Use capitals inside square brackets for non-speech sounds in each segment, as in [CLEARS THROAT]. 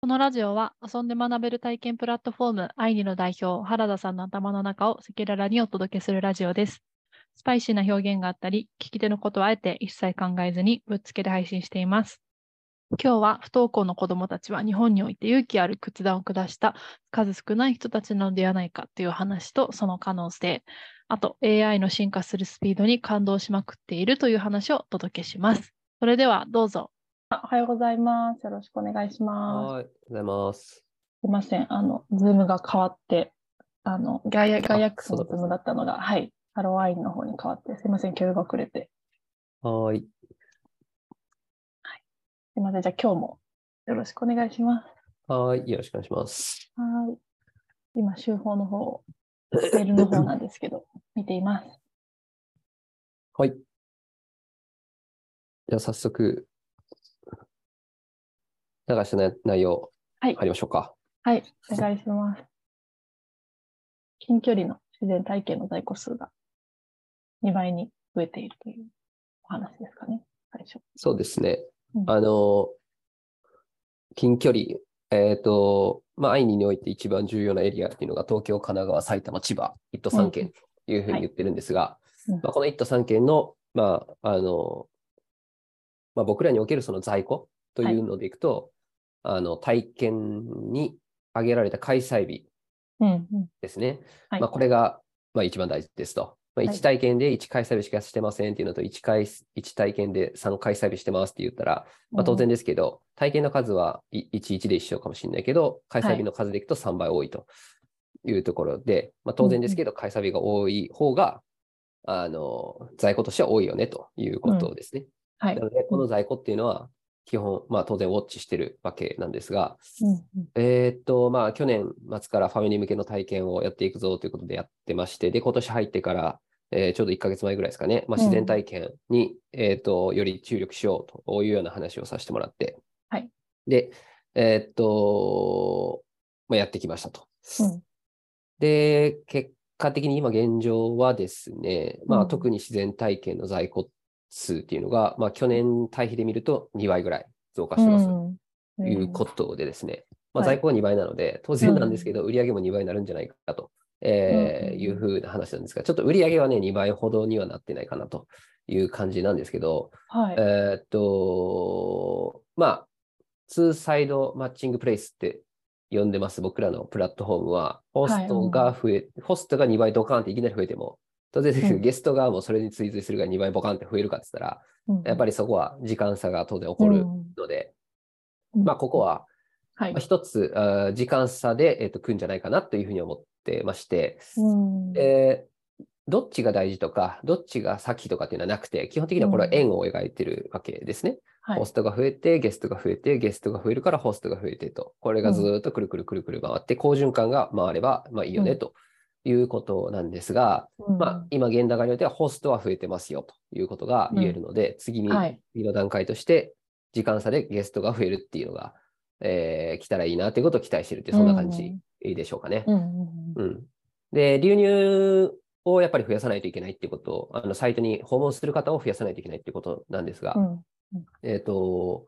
このラジオは遊んで学べる体験プラットフォームアイニの代表原田さんの頭の中をセキュララにお届けするラジオです。スパイシーな表現があったり、聞き手のことはあえて一切考えずにぶっつけで配信しています。今日は不登校の子どもたちは日本において勇気ある決断を下した数少ない人たちなのではないかという話とその可能性、あと AI の進化するスピードに感動しまくっているという話をお届けします。それではどうぞ。おはようございます。よろしくお願いします。はい、ありがとうございます。すいません、あの、ズームが変わって、あの、ガイア、ガイアックスのそズうだームだったのが、はい、ハローアインの方に変わって、すいません、共有が遅れて。はーい、すいません、じゃあ今日もよろしくお願いします。はーい、よろしくお願いします。はーい。今、週報の方を、メールの方なんですけど、見ています。はい。じゃあ早速、流した内内容、はい入りましょうか。はい、お願いします。近距離の自然体験の在庫数が2倍に増えているというお話ですかね、最初。そうですねう。んあの、近距離、えっ、と、まあ、アイニにおいて一番重要なエリアっていうのが東京、神奈川、埼玉、千葉、1都3県というふうに言ってるんですが、うんまあ、この1都3県の、まあ、あの、まあ、僕らにおけるその在庫というのでいくと、あの、体験に挙げられた開催日うん、うん。ですね。はい。まあ、これが、まあ、一番大事ですと。まあ、はい1体験で1開催日しかしてませんっていうのと、1, 回1体験で3開催日してますって言ったら、まあ、当然ですけど、体験の数はい1、1で一緒かもしれないけど、開催日の数でいくと3倍多いというところで、まあ、当然ですけど、開催日が多い方が、あの、在庫としては多いよねということですね。はいなので、この在庫っていうのは、基本、まあ、当然ウォッチしてるわけなんですが、うんうんえーっと、まあ、去年末からファミリー向けの体験をやっていくぞということでやってまして、で、今年入ってから、えーちょうど1ヶ月前ぐらいですかね、まあ、うん自然体験に、えーっと、より注力しようというような話をさせてもらって、はいで、えーっと、まあ、やってきましたと。うんで、結果的に今現状はですね、まうあ、ん特に自然体験の在庫数っていうのが、まあ、去年対比で見ると2倍ぐらい増加してます。うんいうことでですね、まあ、はい在庫は2倍なので、当然なんですけど、売り上げも2倍になるんじゃないかと、えーうんいうふうな話なんですが、ちょっと売り上げはね、2倍ほどにはなってないかなという感じなんですけど、はい。えーっと、まあ、ツーサイドマッチングプレイスって呼んでます、僕らのプラットフォームは、ホストが増え、ホストが2倍ドカンっていきなり増えても、当然ですけどうんゲストがもうそれに追随するが2倍ボカンって増えるかって言ったら、やっぱりりそこは時間差が当然起こるので、うんまあ、ここははいまあ。一つ、あー時間差で、えっと組んじゃないかなというふうに思ってまして、うんえーどっちが大事とか、どっちが先とかっていうのはなくて、基本的にはこれは円を描いてるわけですね。はいホストが増えて、ゲストが増えて、ゲストが増えるからホストが増えてと、これがずーっとくるくるくるくる回って、好循環が回ればまあいいよねうんということなんですが、まあ、今現段階においてはホストは増えてますよということが言えるので、次うにんはい。次の段階として、時間差でゲストが増えるっていうのが、えー来たらいいなということを期待してるって、そんな感じでしょうかね。うんうんうんで、流入をやっぱり増やさないといけないっていうことを、あのサイトに訪問する方を増やさないといけないっていうことなんですが、うん。えっ、と、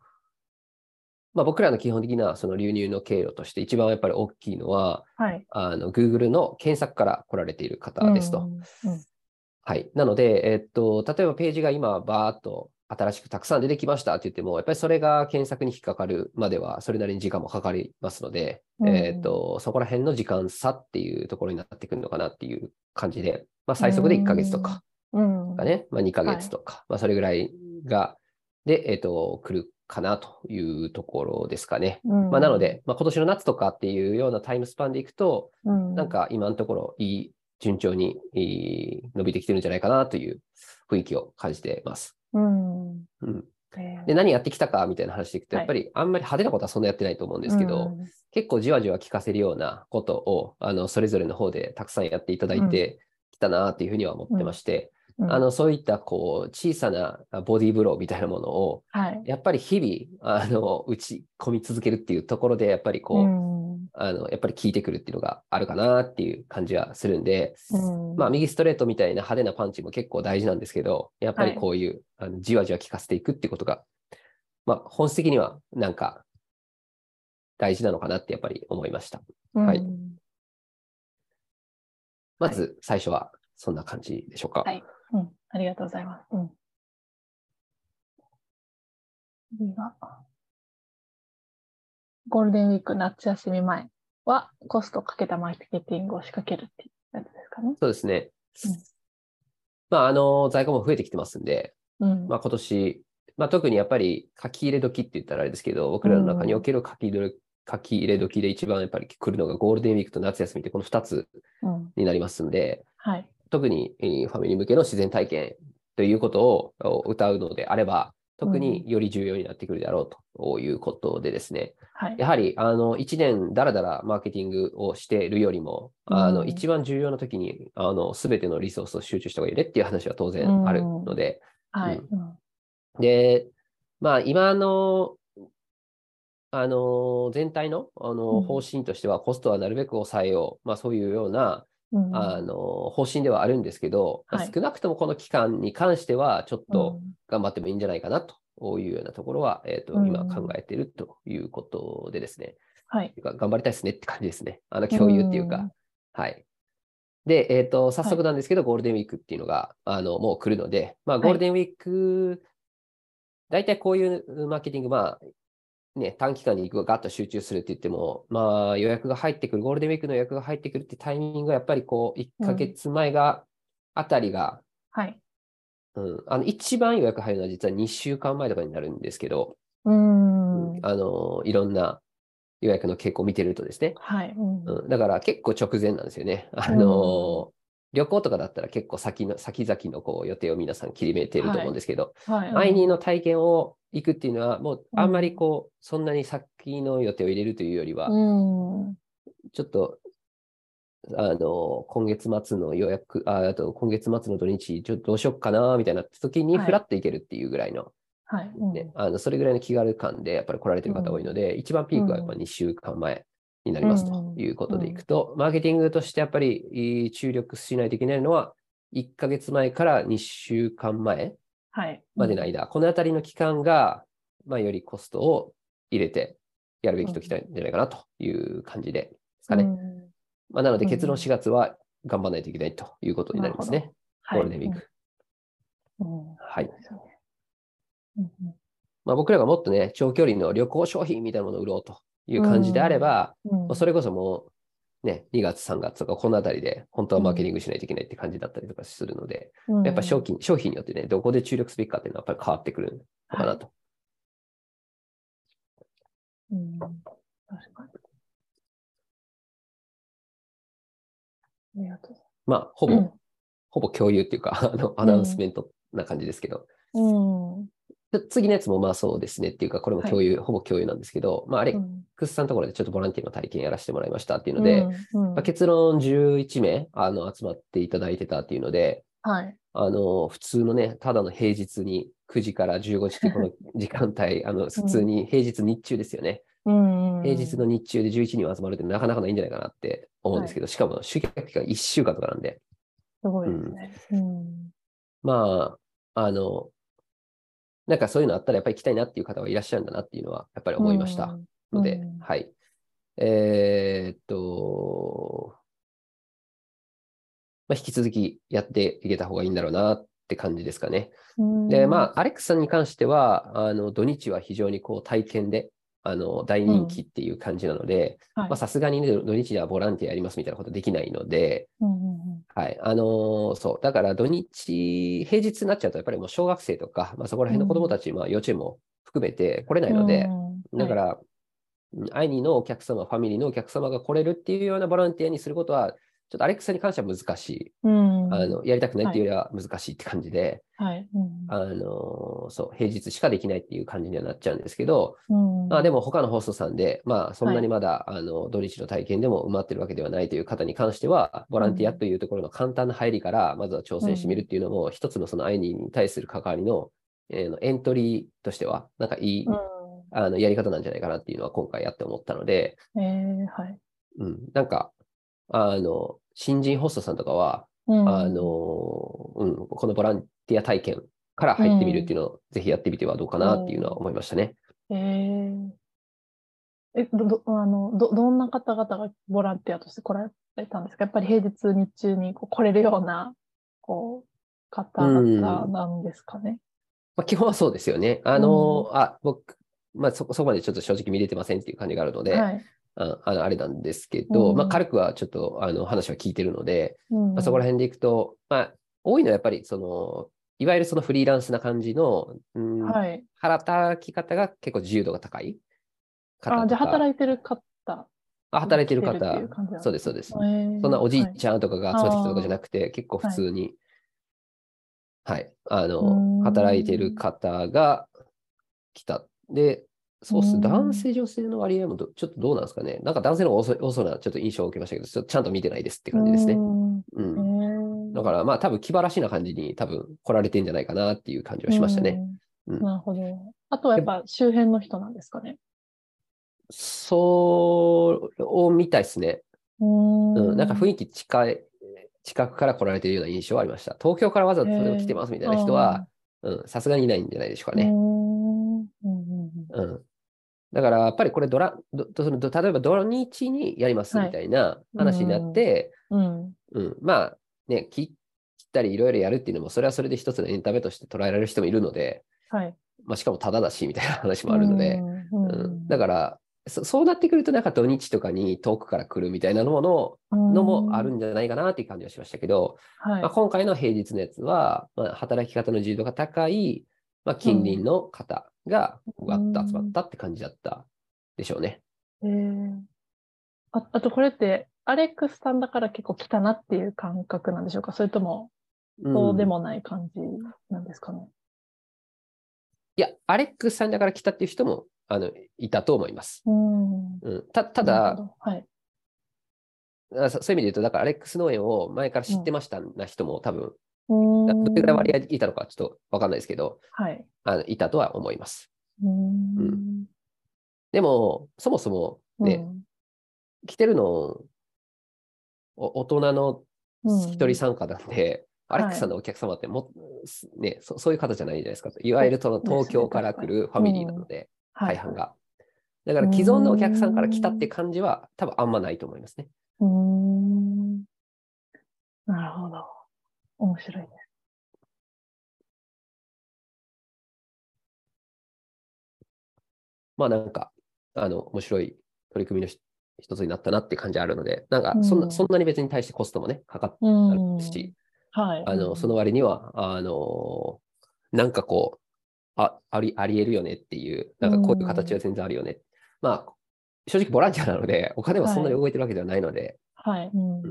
まあ、僕らの基本的なその流入の経路として、一番やっぱり大きいのは、はい。あの Google の検索から来られている方ですうと。ん。うんはい。なので、えっと、例えばページが今、バーっと新しくたくさん出てきましたって言っても、やっぱりそれが検索に引っかかるまでは、それなりに時間もかかりますので、うんえっと、そこら辺の時間差っていうところになってくるのかなっていう感じで、まあ、最速で1ヶ月とかうん。がね、まあ、2ヶ月とか、まあ、それぐらいが、で、えっと、来るかなというところですかね。うん。まあ、なので、まあ、今年の夏とかっていうようなタイムスパンでいくと、う、なんか今のところいい、順調にいい伸びてきてるんじゃないかなという雰囲気を感じてます。うん。うん。うん、えーで、何やってきたかみたいな話していくと、はいやっぱりあんまり派手なことはそんなやってないと思うんですけうど、ん結構じわじわ聞かせるようなことを、あの、それぞれの方でたくさんやっていただいてきたなというふうには思ってまして、うんあの、そういったこう、小さなあボディーブローみたいなものを、はい。やっぱり日々、あの、打ち込み続けるっていうところで、やっぱりこう、うんあの、やっぱり効いてくるっていうのがあるかなっていう感じはするんで、うんまあ、右ストレートみたいな派手なパンチも結構大事なんですけど、やっぱりこういう、あのじわじわ効かせていくってことが、まあ、本質的にはなんか、大事なのかなってやっぱり思いました。うんはいまず最初はそんな感じでしょうか。はいうん、ありがとうございます。うん。次が、ゴールデンウィーク夏休み前は、コストかけたマーケティングを仕掛けるっていうやつですかね。そうですねうん。まあ、あの、在庫も増えてきてますんで、うん。まあ、今年、まあ、特にやっぱり書き入れ時って言ったらあれですけど、僕らの中における書き入れ書き入れ時で一番やっぱり来るのがゴールデンウィークと夏休みってこの2つうん、になりますんで、はい。特にえーファミリー向けの自然体験ということをお歌うのであれば、特により重要になってくるであろうということでですね、はい。やはりあの1年だらだらマーケティングをしているよりも、あうのん一番重要な時にあの全てのリソースを集中した方がいいねっていう話は当然あるので、はい。ううんで、まあ、今の、あの、全体の、あうんの、方針としては、コストはなるべく抑えよう。まあ、そういうような、うんあの、方針ではあるんですけど、まあはい少なくともこの期間に関しては、ちょっとうん頑張ってもいいんじゃないかな、というようなところは、えっと、うん今考えているということでですね。はい。てか頑張りたいですねって感じですね。あの、共有っていうか、はい。で、えっ、と、早速なんですけど、ゴールデンウィークっていうのが、あの、もう来るので、まあ、いゴールデンウィーク、大体こういうマーケティング、まあ、ね、短期間にガッと集中するって言っても、まあ、予約が入ってくる、ゴールデンウィークの予約が入ってくるってタイミングは、やっぱりこう、1ヶ月前が、あたりが、はい。うん、あの、一番予約入るのは実は2週間前とかになるんですけど、うん。あの、いろんな予約の傾向を見てるとですね、はい。うんうん、だから結構直前なんですよね。 [LAUGHS] あのー旅行とかだったら結構先の、先々のこう予定を皆さん切りめてると思うんですけど、はい。アイニーの体験を行くっていうのは、もうあんまりこう、そんなに先の予定を入れるというよりは、うん。ちょっと、あのー今月末の予約、ああと今月末の土日、ちょっとどうしよっかな、みたいな時にはいフラッと行けるっていうぐらいの、はい。うんねあの、それぐらいの気軽感でやっぱり来られてる方多いので、一番ピークはやっぱ2週間前になりますうんということでいくと、マーケティングとしてやっぱりいい注力しないといけないのは、1ヶ月前から2週間前はい。までの間、このあたりの期間が、まあ、よりコストを入れてやるべきときたんじゃないかなという感じでですかね。うんまあ、なので結論うん4月は頑張らないといけないということになりますなね。はゴいールデンウィーク。うん。はい。うんうんまあ、僕らがもっとね、長距離の旅行商品みたいなものを売ろうという感じであれば、うんまあそれこそもう、ね、2月、3月とか、このあたりで、本当はマーケティングしないといけないって感じだったりとかするので、やっぱ商品、商品によってね、どこで注力すべきかっていうのはやっぱり変わってくるのかなと。うん確かに。ありがとうまあ、ほございぼま、ほぼ共有っていうか、あの、アナウンスメントな感じですけど、す。うん。で次のやつもまあそうですねっていうか、これも共有、ほぼ共有なんですけど、まあ、アレうッんクスさんのところでちょっとボランティアの体験やらせてもらいましたっていうので、、うんうんまあ、結論11名、あの、集まっていただいてたっていうので、はい。あの、普通のね、ただの平日に9時から15時って [LAUGHS] この時間帯、あの、普通に平日日中ですよね。うん平日の日中で11人集まるってなかなかないんじゃないかなって思うんですけど、しかも集客期間1週間とかなんで、すごいですね。うんまあ、あの、なんかそういうのあったらやっぱり行きたいなっていう方はいらっしゃるんだなっていうのはやっぱり思いました。うんので、うんはい。えーっと、まあ、引き続きやっていけた方がいいんだろうなって感じですかね。で、まあ、アレックスさんに関しては、あの、土日は非常にこう体験で、あの、大人気っていう感じなので、あ、はいまあ、さすがにね、土日ではボランティアやりますみたいなことできないので、うんうんうんはい。あのーそう。だから土日、平日になっちゃうと、やっぱりもう小学生とか、まあそこら辺の子供たち、まあ幼稚園も含めて来れないので、うんだはから、うんアイニーのお客様、ファミリーのお客様が来れるっていうようなボランティアにすることは、ちょっとアレックスさんに関しては難しい。い、うんあ、の、やりたくないっていうよりは難しいって感じで、はい。うんあのーそう、平日しかできないっていう感じにはなっちゃうんですけど、うんまあでも他のホストさんで、まあそんなにまだ、あの、土日の体験でも埋まってるわけではないという方に関しては、ボランティアというところの簡単な入りから、まずは挑戦してみるっていうのも、一つのそのアイニーに対する関わりの、えーのエントリーとしては、なんかいい、うあの、やり方なんじゃないかなっていうのは今回やって思ったので、んえーはい。うん、なんか、あの、新人ホストさんとかは、うんあの、うん、このボランティア体験から入ってみるっていうのを、ぜひやってみてはどうかなっていうのは思いましたね。えーえどどあのどどんな方々がボランティアとして来られたんですかやっぱり平日日中にこう来れるようなこう方々なんですかね。まあ、基本はそうですよね。あの、あ、僕、まあそこ、そこまでちょっと正直見れてませんっていう感じがあるので、はいああのあれなんですけど、うんまあ、軽くはちょっとあの話は聞いてるので、うんまあ、そこら辺でいくと、まあ、多いのはやっぱりその、いわゆるそのフリーランスな感じの、うんはい。働き方が結構自由度が高い方あ、じゃあとか働いてる方。あ働いてる方来てるっていう感じなんですねそうです、そうです。そそんなおじいんちゃんとかが集まってきたとかじゃなくて、結構普通に、はい、あうーんの、働いてる方が来た。で、そうっうーす。ん男性、女性の割合もどちょっとどうなんですかね。なんか男性の方が多そう多そうなちょっと印象を受けましたけど、ちょっとちゃんと見てないですって感じですね。う。うんんだからまあ多分気晴らしな感じに多分来られてんじゃないかなっていう感じはしましたね。うんうんなるほど。あとはやっぱ周辺の人なんですかね。そうを見たいですね。ううんん。なんか雰囲気近い、近くから来られてるような印象はありました。東京からわざとそれを来てますみたいな人は、うん、さすがにいないんじゃないでしょうかうね。んうんうんうん。だから、やっぱりこれドラ、どどそのど例えば土日にやりますはいみたいな話になって、うんうんうん、まあ、ね、切切ったりいろいろやるっていうのも、それはそれで一つのエンタメとして捉えられる人もいるので、はい。まあ、しかもタダだしみたいな [LAUGHS] 話もあるので、うんううんん。だから、そそうなってくると、なんか土日とかに遠くから来るみたいなのもののもあるんじゃないかなっていう感じはしましたけど、はいまあ、。今回の平日のやつは、まあ、働き方の自由度が高い、まあ、近隣の方がわっと集まったって感じだったでしょうね。えーああとこれって、アレックスさんだから結構来たなっていう感覚なんでしょうかそれとも、そうでうんもない感じなんですかね、いや、アレックスさんだから来たっていう人もあのいたと思います。うん、うん、たたただ、、はい。あそそういう意味で言うと、だからアレックス農園を前から知ってましたな人も多分、どどれぐらい割合いたのかちょっとわかんないですけど、はい。あのいたとは思います。うんうんでも、そもそも、ね、来てるの、お大人のうん一人参加なんで、アレックスさんのお客様っても、すねそ、そういう方じゃないじゃないですか。いわゆるそのそうですね東京から来るファミリーなので、はい大半が。だから既存のお客さんから来たって感じは多分あんまないと思いますね。うん。なるほど。面白いね。まあなんか、あの、面白い取り組みのひ一つになったなって感じあるので、なんかそんな、うんそんなに別に対してコストもね、かかっうたんるし、はい。あの、その割には、あの、なんかこう、あ、あり、ありえるよねっていう、なんかこういう形は全然あるよね。まあ、正直ボランティアなので、お金はそんなに動いてるわけではないので、はい。うん。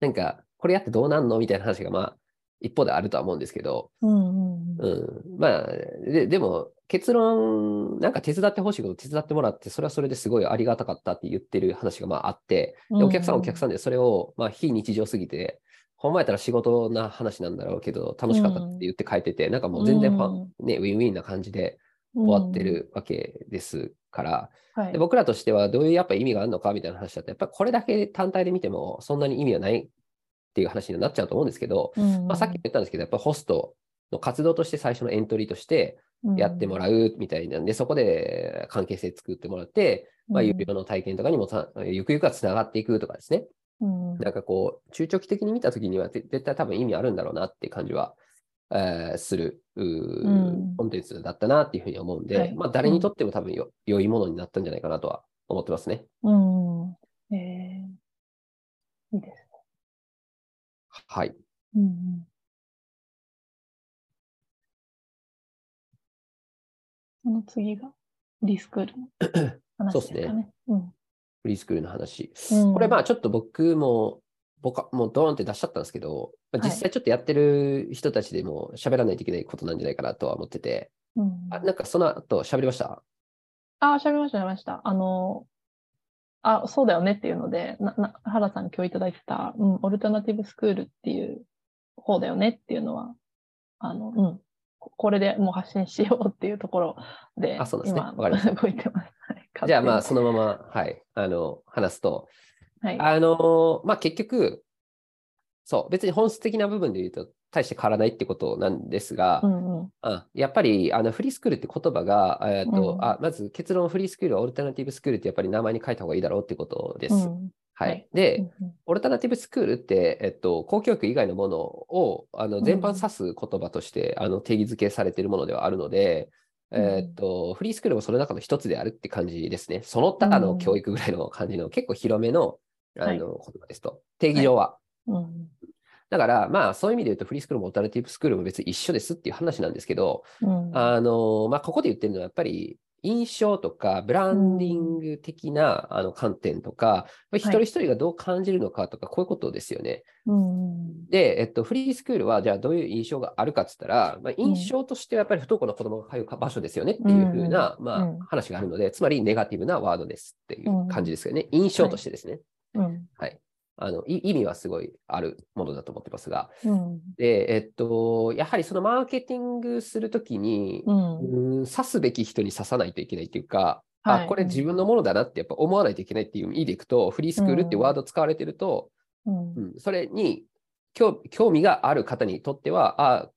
なんか、これやってどうなんのみたいな話が、まあ、一方であるとは思うんですけど、うん。うん。うん。まあ、で、でも、結論、なんか手伝ってほしいこと手伝ってもらって、それはそれですごいありがたかったって言ってる話がまああって、でお客さんはお客さんでそれを、まあ、非日常すぎて、ほんまやったら仕事な話なんだろうけど、楽しかったって言って帰ってて、なんかもう全然ファン、ね、ウィンウィンな感じでうん終わって。るわけですから、はいで。僕らとしてはどういうやっぱ意味があるのかみたいな話だったら、やっぱりこれだけ単体で見てもそんなに意味はないっていう話になっちゃうと思うんですけど、ままあ、さっきも言ったんですけど、やっぱホストの活動として最初のエントリーとしてやってもららうみたいなんで、そこで関係性作ってもらって、まあ、有料の体験とかにもさゆくゆくはつながっていくとかですね。うん。うんなんかこう、中長期的に見たときには、ぜ絶対多分意味あるんだろうなっていう感じは、えーする、うーうんコンテンツだったなっていうふうに思うんで、はいまあ、誰にとっても多分よ、良いものになったんじゃないかなとは思ってますね。うん。ええいいですね。はい。うんうん。その次が、リスクールの話そでうっすすねかね。うんフリースクールの話。うんこれ、まあ、ちょっと僕も、僕はもうドーンって出しちゃったんですけど、まあ、はい実際ちょっとやってる人たちでも喋らないといけないことなんじゃないかなとは思ってて、うんあなんかその後喋りましたあ、喋りました、喋りました。あの、あ、そうだよねっていうので、な、な、原さんに今日いただいてた、うん、オルタナティブスクールっていう方だよねっていうのは、あの、うん、ここれでもう発信しようっていうところで、あそうなんですね今わかりました動いてます。はいじゃあまあ、勝そのまま、はい、あの、話すと、手にはい。あのーまあ、結局、そう、別に本質的な部分で言うと、大して変わらないってことなんですが、うんうん。うんやっぱりあのフリースクールって言葉が、えーとうんあまず結論フリースクールはオルタナティブスクールってやっぱり名前に書いた方がいいだろうってことです。うんははいい、で、うんオルタナティブスクールって、えっと、公教育以外のものをあのん全般指す言葉として、あの定義づけされているものではあるのうで、んえっとフリースクールもその中の一つであるって感じですね。その他うのん教育ぐらいの感じの結構広めのあの、はい言葉ですと。定義上は。うんだから、まあ、そういう意味で言うと、フリースクールもオルタナティブスクールも別に一緒ですっていう話なんですけど、うんあの、まあ、ここで言ってるのはやっぱり印象とかブランディング的な、あの観点とか、一人一人がどう感じるのかとか、こういうことですよね。うんで、えっと、フリースクールは、じゃあどういう印象があるかって言ったら、まあ、印象としてはやっぱり不登校の子供が通う場所ですよねっていうふうな、まあうん話があるので、つまりネガティブなワードですっていう感じですよね。印象としてですね。うんあの、い意味はすごいあるものだと思ってますが。うんで、えっと、やはりそのマーケティングするときに、うんうん、刺すべき人に刺さないといけないっていうか、はあいこれ自分のものだなってやっぱ思わないといけないっていう意味でいくと、フリースクールってワード使われてると、うんうんそれに興興味がある方にとっては、あ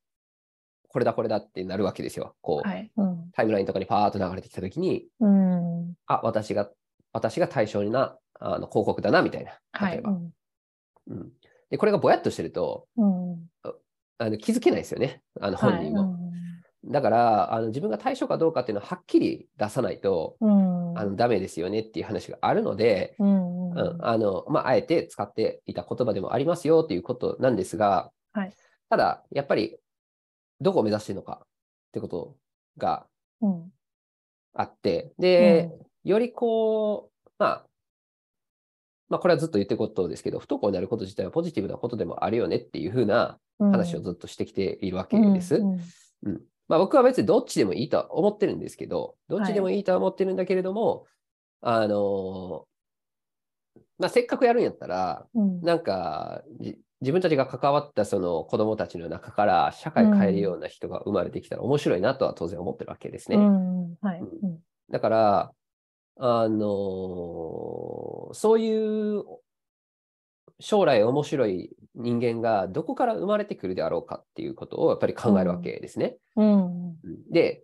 これだこれだってなるわけですよ。こう、はいうんタイムラインとかにパーッと流れてきたときに、うんあ私が私が対象になあの広告だなみたいな。は例えいば、うんで。これがぼやっとしてるとうんうんあの気づけないですよね、あの本はい人も。だからあの、自分が対象かどうかっていうのをはっきり出さないと、うんあのダメですよねっていう話があるので、うんうんあのまあ、あえて使っていた言葉でもありますよということなんですが、はいただやっぱりどこを目指しているのかってことがうんあってで、よりこう、まあ、まあこれはずっと言ってることですけど不登校になること自体はポジティブなことでもあるよねっていうふうなうん話をずっとしてきているわけです。うんうんまあ、僕は別にどっちでもいいとは思ってるんですけど、どっちでもいいとは思ってるんだけれども、あのーまあ、せっかくやるんやったら、うんなんかじ自分たちが関わったその子供たちの中から社会を変えるような人が生まれてきたら面白いなとは当然思ってるわけですね。うんはい。うだから、あのーそういう将来面白い人間がどこから生まれてくるであろうかっていうことをやっぱり考えるわけですね。うん。で、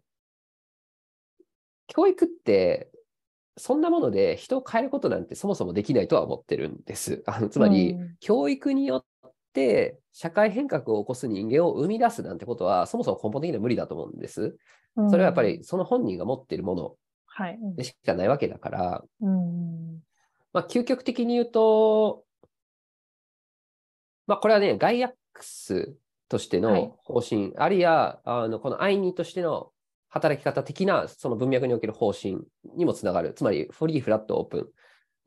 教育って、そんなもので人を変えることなんてそもそもできないとは思ってるんです。あのつつまり、、教育によって社会変革を起こす人間を生み出すなんてことは、そもそも根本的には無理だと思うんです。それはやっぱり、その本人が持っているものはい。でしかないわけだから、うん。まあ、究極的に言うと、まあ、これはね、ガイアックスとしてはいの方針、あるいは、あのこのアイニーとしての働き方的な、その文脈における方針にもつながる、つまり、フリー、フラット、オープン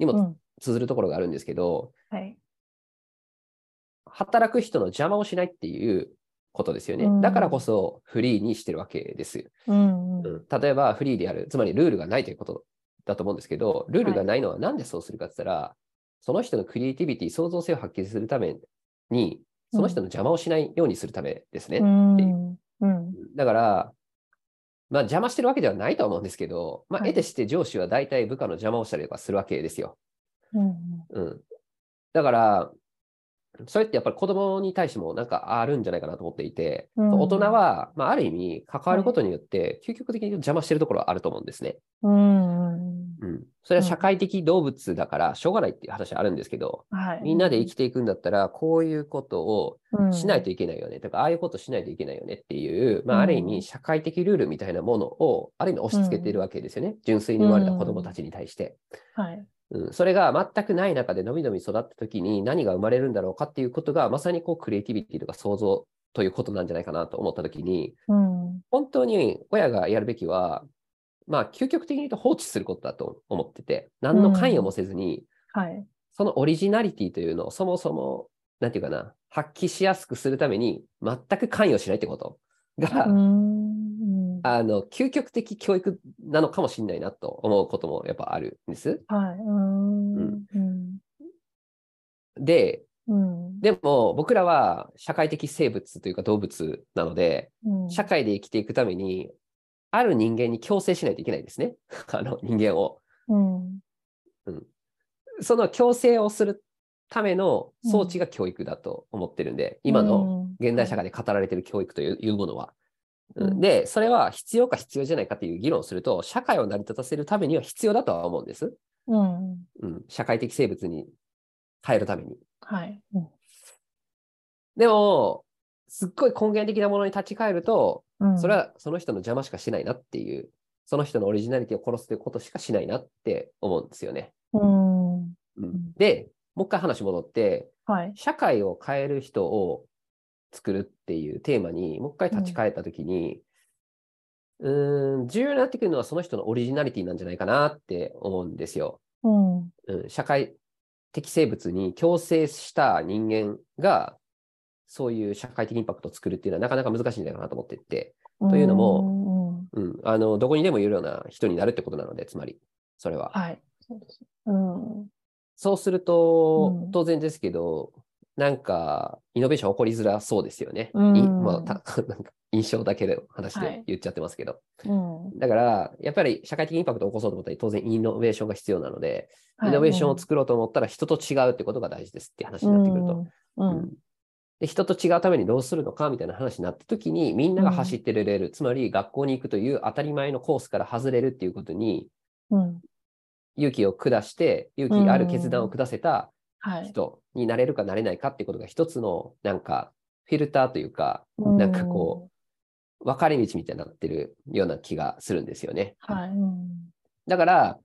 にうもん通ずるところがあるんですけど、はい。働く人の邪魔をしないっていうことですよねう。んだからこそ、フリーにしてるわけです。うん。例えばフリーである、つまりルールがないということだと思うんですけど、ルールがないのはなんでそうするかって言ったら、その人のクリエイティビティ、創造性を発揮するために、その人の邪魔をしないようにするためですね。うん。うん。だから、まあ邪魔してるわけではないとは思うんですけど、まあ、はい得てして上司は大体部下の邪魔をしたりとかするわけですよ。うん。うん。だから、それってやっぱり子供に対してもなんかあるんじゃないかなと思っていて、うん大人は、まあ、ある意味関わることによって究極的に邪魔してるところはあると思うんですね。うん。うん、それは社会的動物だからしょうがないっていう話あるんですけど、はい。みんなで生きていくんだったらこういうことをきしないと。といけないよね、とかああいうことしないといけないよねっていう、まうあ、んある意味社会的ルールみたいなものをある意味押し付けているわけですよね、純粋に生まれた子どもたちに対して、はい。うん。それが全くない中でのびのび育った時に何が生まれるんだろうかっていうことがまさにこうクリエイティビティとか創造ということなんじゃないかなと思った時にうん。本当に親がやるべきは、まあ、究極的に言うと放置することだと思ってて、何の関与もせずに、はい。そのオリジナリティというのをそもそも、なんていうかな、発揮しやすくするために、全く関与しないってことが、うん。あの、究極的教育なのかもしれないなと思うこともやっぱあるんです。はい。うん。うん。で、うん。でも僕らは社会的生物というか動物なので、社会で生きていくために、ある人間に強制しないといけないんですね。 [LAUGHS] あの人間を。うん。その強制をするための装置が教育だと思ってるんで、今の現代社会で語られてる教育といういうものは。うんで、それは必要か必要じゃないかという議論をすると、社会を成り立たせるためには必要だとは思うんです。うん。うん。うん、社会的生物に耐えるために。はい。うんでも、すっごい根源的なものに立ち返ると、うんそれはその人の邪魔しかしないなっていう、その人のオリジナリティを殺すということしかしないなって思うんですよね。うん。うんんで、もう一回話戻って、はい。社会を変える人を作るっていうテーマにもう一回立ち返ったときに、うーん、重要になってくるのはその人のオリジナリティなんじゃないかなって思うんですよ。うん。うん、社会的生物に共生した人間が、そういう社会的インパクトを作るっていうのはなかなか難しいんじゃないかなと思ってて、というのも、うん、あの、どこにでもいるような人になるってことなので、つまり、それは。はい。そうです。うん。そうすると、うん当然ですけど、なんか、イノベーション起こりづらそうですよね。うんいまあ、た [LAUGHS] なんか印象だけの話で言っちゃってますけど。うん。だから、やっぱり社会的インパクトを起こそうと思ったら、当然イノベーションが必要なので、はいイノベーションを作ろうと思ったら、人と違うってことが大事ですって話になってくると。。うんう。うんんで人と違うためにどうするのかみたいな話になった時にみんなが走ってるレール、つまり学校に行くという当たり前のコースから外れるっていうことにうん。勇気を下して勇気ある決断を下せたはい。人になれるかなれないかっていうことが一つのなんかフィルターというかなんかこ分かれ道みたいになってるような気がするんですよね。うん。はい。うんだから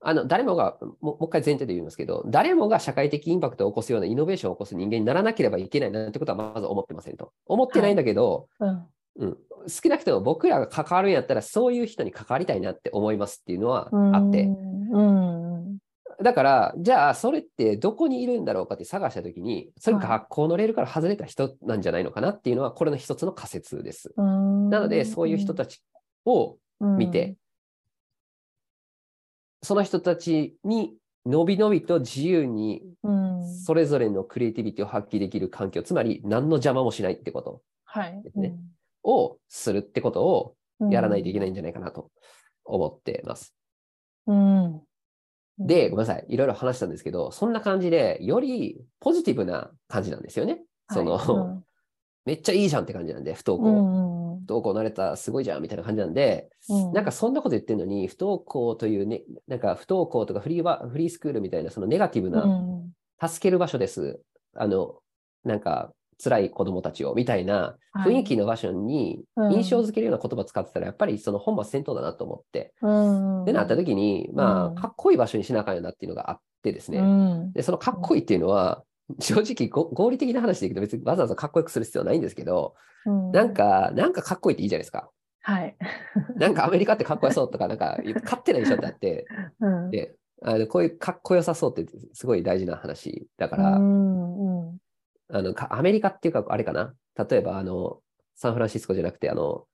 あの誰もがももう一回前提で言いますけど誰もが社会的インパクトを起こすようなイノベーションを起こす人間にならなければいけないなんてことはまず思ってませんと。思ってないんだけど、うん。うん、少なくとも僕らが関わるんやったらそういう人に関わりたいなって思いますっていうのはうんあって、うん。だからじゃあそれってどこにいるんだろうかって探した時にそれはい学校のレールから外れた人なんじゃないのかなっていうのはこれの一つの仮説です。うんなのでそういう人たちを見て、、その人たちにのびのびと自由にうん。うんそれぞれのクリエイティビティを発揮できる環境つまり何の邪魔もしないってことはいですね。をするってことをうんやらないといけないんじゃないかなと思ってます。うん。で、ごめんなさい。いろいろ話したんですけど、そんな感じで、よりポジティブな感じなんですよね。その、はいめっちゃいいじゃんって感じなんで、不登う校。ん。うん不登校なれたらすごいじゃんみたいな感じなんで、うんなんかそんなこと言ってるのに、不登校というね、なんか不登校とかフリーバフリースクールみたいな、そのネガティブうな、ん。助ける場所です。あの、なんか、辛い子供たちをみたいなはい雰囲気の場所にうん印象づけるような言葉使ってたら、やっぱりその本末転倒だなと思って、うん。でなった時に、うまんあ、かっこいい場所にしなあかんよなっていうのがあってですね、うん。で、そのかっこいいっていうのは、正直ご合理的な話でいくと別にわざわざかっこよくする必要はないんですけど、うんなん、か、なんかかっこいいっていいじゃないですか。はい。なんかアメリカってかっこよそうとか、なんか勝手な印象ってあって、うんであのこういうかっこよさそうってすごい大事な話だかうら、んうんあのかアメリカっていうか、あれかな、例えばあの、サンフランシスコじゃなくて、あの、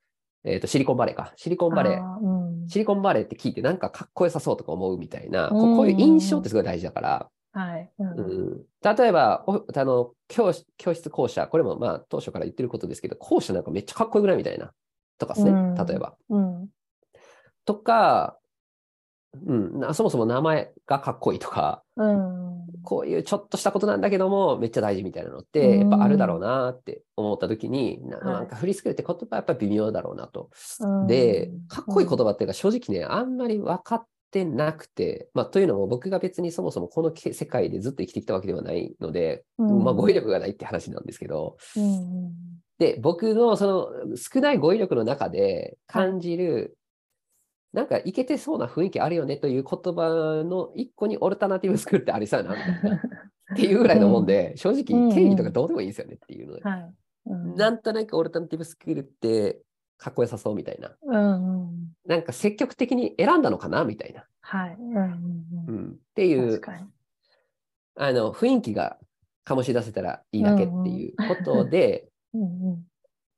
えっ、と、シリコンバレーか。シリコンバレー。あーうんシリコンバレーって聞いてなんかかっこよさそうとか思うみたいな、こうんこういう印象ってすごい大事だから、はい。ううんん、例えばおあの教師教室校舎、これもまあ当初から言ってることですけど、校舎なんかめっちゃかっこよくないみたいな、とかですね、うん例えば。うん。とか、うん、なそもそも名前がかっこいいとか、うん。こういうちょっとしたことなんだけども、めっちゃ大事みたいなのって、やっぱあるだろうなって思った時に、なはいなんかフリースクールって言葉はやっぱ微妙だろうなと。うんで、かっこいい言葉っていうか正直ね、あんまり分かってなくて、まあ、というのも僕が別にそもそもこのけ世界でずっと生きてきたわけではないので、まあ、語彙力がないって話なんですけど、うんうんで、僕のその少ない語彙力の中で感じる、なんかいけてそうな雰囲気あるよねという言葉の一個にオルタナティブスクールってありそうやなみたい [LAUGHS] なっていうぐらいのもんで、正うんう直ん定義とかどうでもいいんですよねっていうので、はい。うんなんとなくオルタナティブスクールってかっこよさそうみたいな、うんうん。なんか積極的に選んだのかなみたいな、はい。うんうんううんん、ってい確うかに。あの雰囲気が醸し出せたらいいだけっていうことで、うん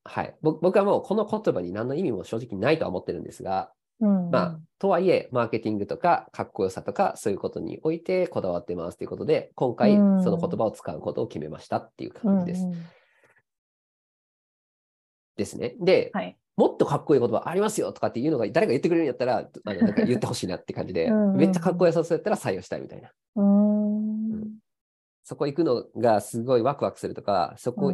はい、僕僕はもうこの言葉に何の意味も正直ないとは思ってるんですが、うん。まあ、とはいえ、マーケティングとか、かっこよさとか、そういうことにおいてこだわってますということで、今回、そうんの言葉を使うことを決めましたっていうう感んじです。うんうんですね。で、はい。もっとかっこいい言葉ありますよとかっていうのが、誰が言ってくれるんやっ [LAUGHS] たら、あのなんか言ってほしいなって感じで、うんうんめっちゃかっこよさそうやったら採用したいみたいな。うーん。そこ行くのがすごいワクワクするとか、そこ、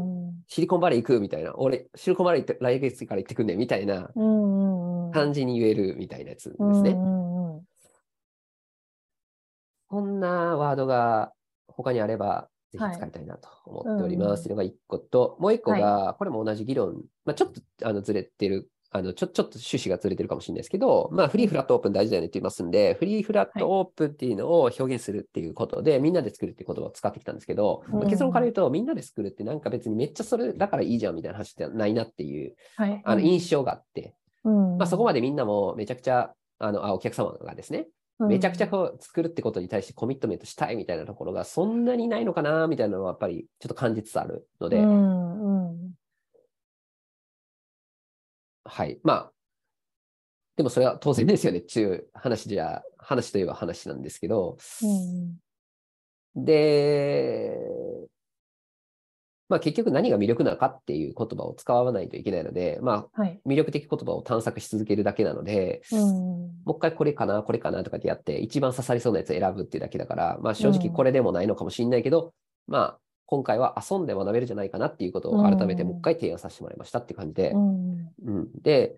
シリコンバレー行くみたいな、俺、シリコンバレー行って来月から行ってくんねみたいなうん。うん。感じに言えるみたいなやつですうね。んうんうんこんなワードが他にあれば、ぜひ使いたいなと思っておりまはいうんす。というのが1個と、もう1個はが、これも同じ議論、まあ、ちょっとあのずれてる、あのちょちょっと趣旨がずれてるかもしれないですけど、まあ、フリーフラットオープン大事だよねって言いますんで、フリーフラットオープンっていうのを表現するっていうことで、みんなで作るっていう言葉を使ってきたんですけど、まあうん結論から言うと、みんなで作るってなんか別にめっちゃそれだからいいじゃんみたいな話じゃないなっていうはい。あの印象があって、うん、まあ、そこまで、でみんなもめちゃくちゃ、あのあお客様がですね、めちゃくちゃこう作るってことに対してコミットメントしたいみたいなところがそんなにないのかなみたいなのはやっぱりちょっと感じつつあるので、うんうんはい。まあ、でもそれは当然ですよねっていう話じゃ、話といえば話なんですけど、うんで、まあ結局何が魅力なのかっていう言葉を使わないといけないので、まはい。あ魅力的言葉を探索し続けるだけなので、うんもう一回これかな、これかなとかってやって、一番刺さりそうなやつ選ぶっていうだけだから、まあ正直うんこれでもないのかもしれないけど、まあ今回は遊んで学べるじゃないかなっていうことを改めてうんもう一回提案させてもらいましたって感じでう、ん。うん、で、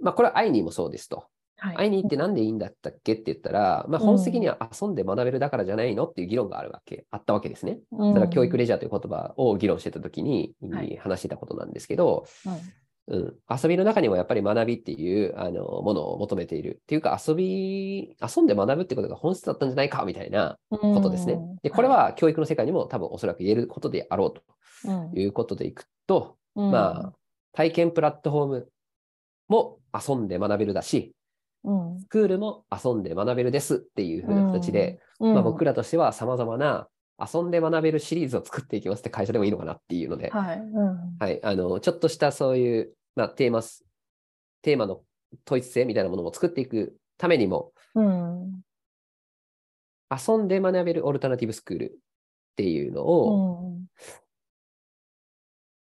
まあこれはアイニーもそうですと。はい。アイニーってなんでいいんだったっけって言ったら、まあうん本質的には遊んで学べるだからじゃないのっていう議論があるわけ、あったわけですね。うんだから教育レジャーという言葉を議論してた時にはい話してたことなんですけど、はいうん、遊びの中にもやっぱり学びっていうあのものを求めているっていうか遊び遊んで学ぶってことが本質だったんじゃないかみたいなことですね。でこれ、は教育の世界にも多分おそらく言えることであろうということでいくと、まあ体験プラットフォームも遊んで学べるだしあ、うんスクールも遊んで学べるですっていう風な形で、、まあ、僕ら、らとしてはさまざまな遊んで学べるシリーズを作っていきますって会社でもいいのかなっていうので。はい。うんはい、あの、ちょっとしたそういう、まあ、テーマス、テーマの統一性みたいなものも作っていくためにも、うん遊んで学べるオルタナティブスクールっていうのを、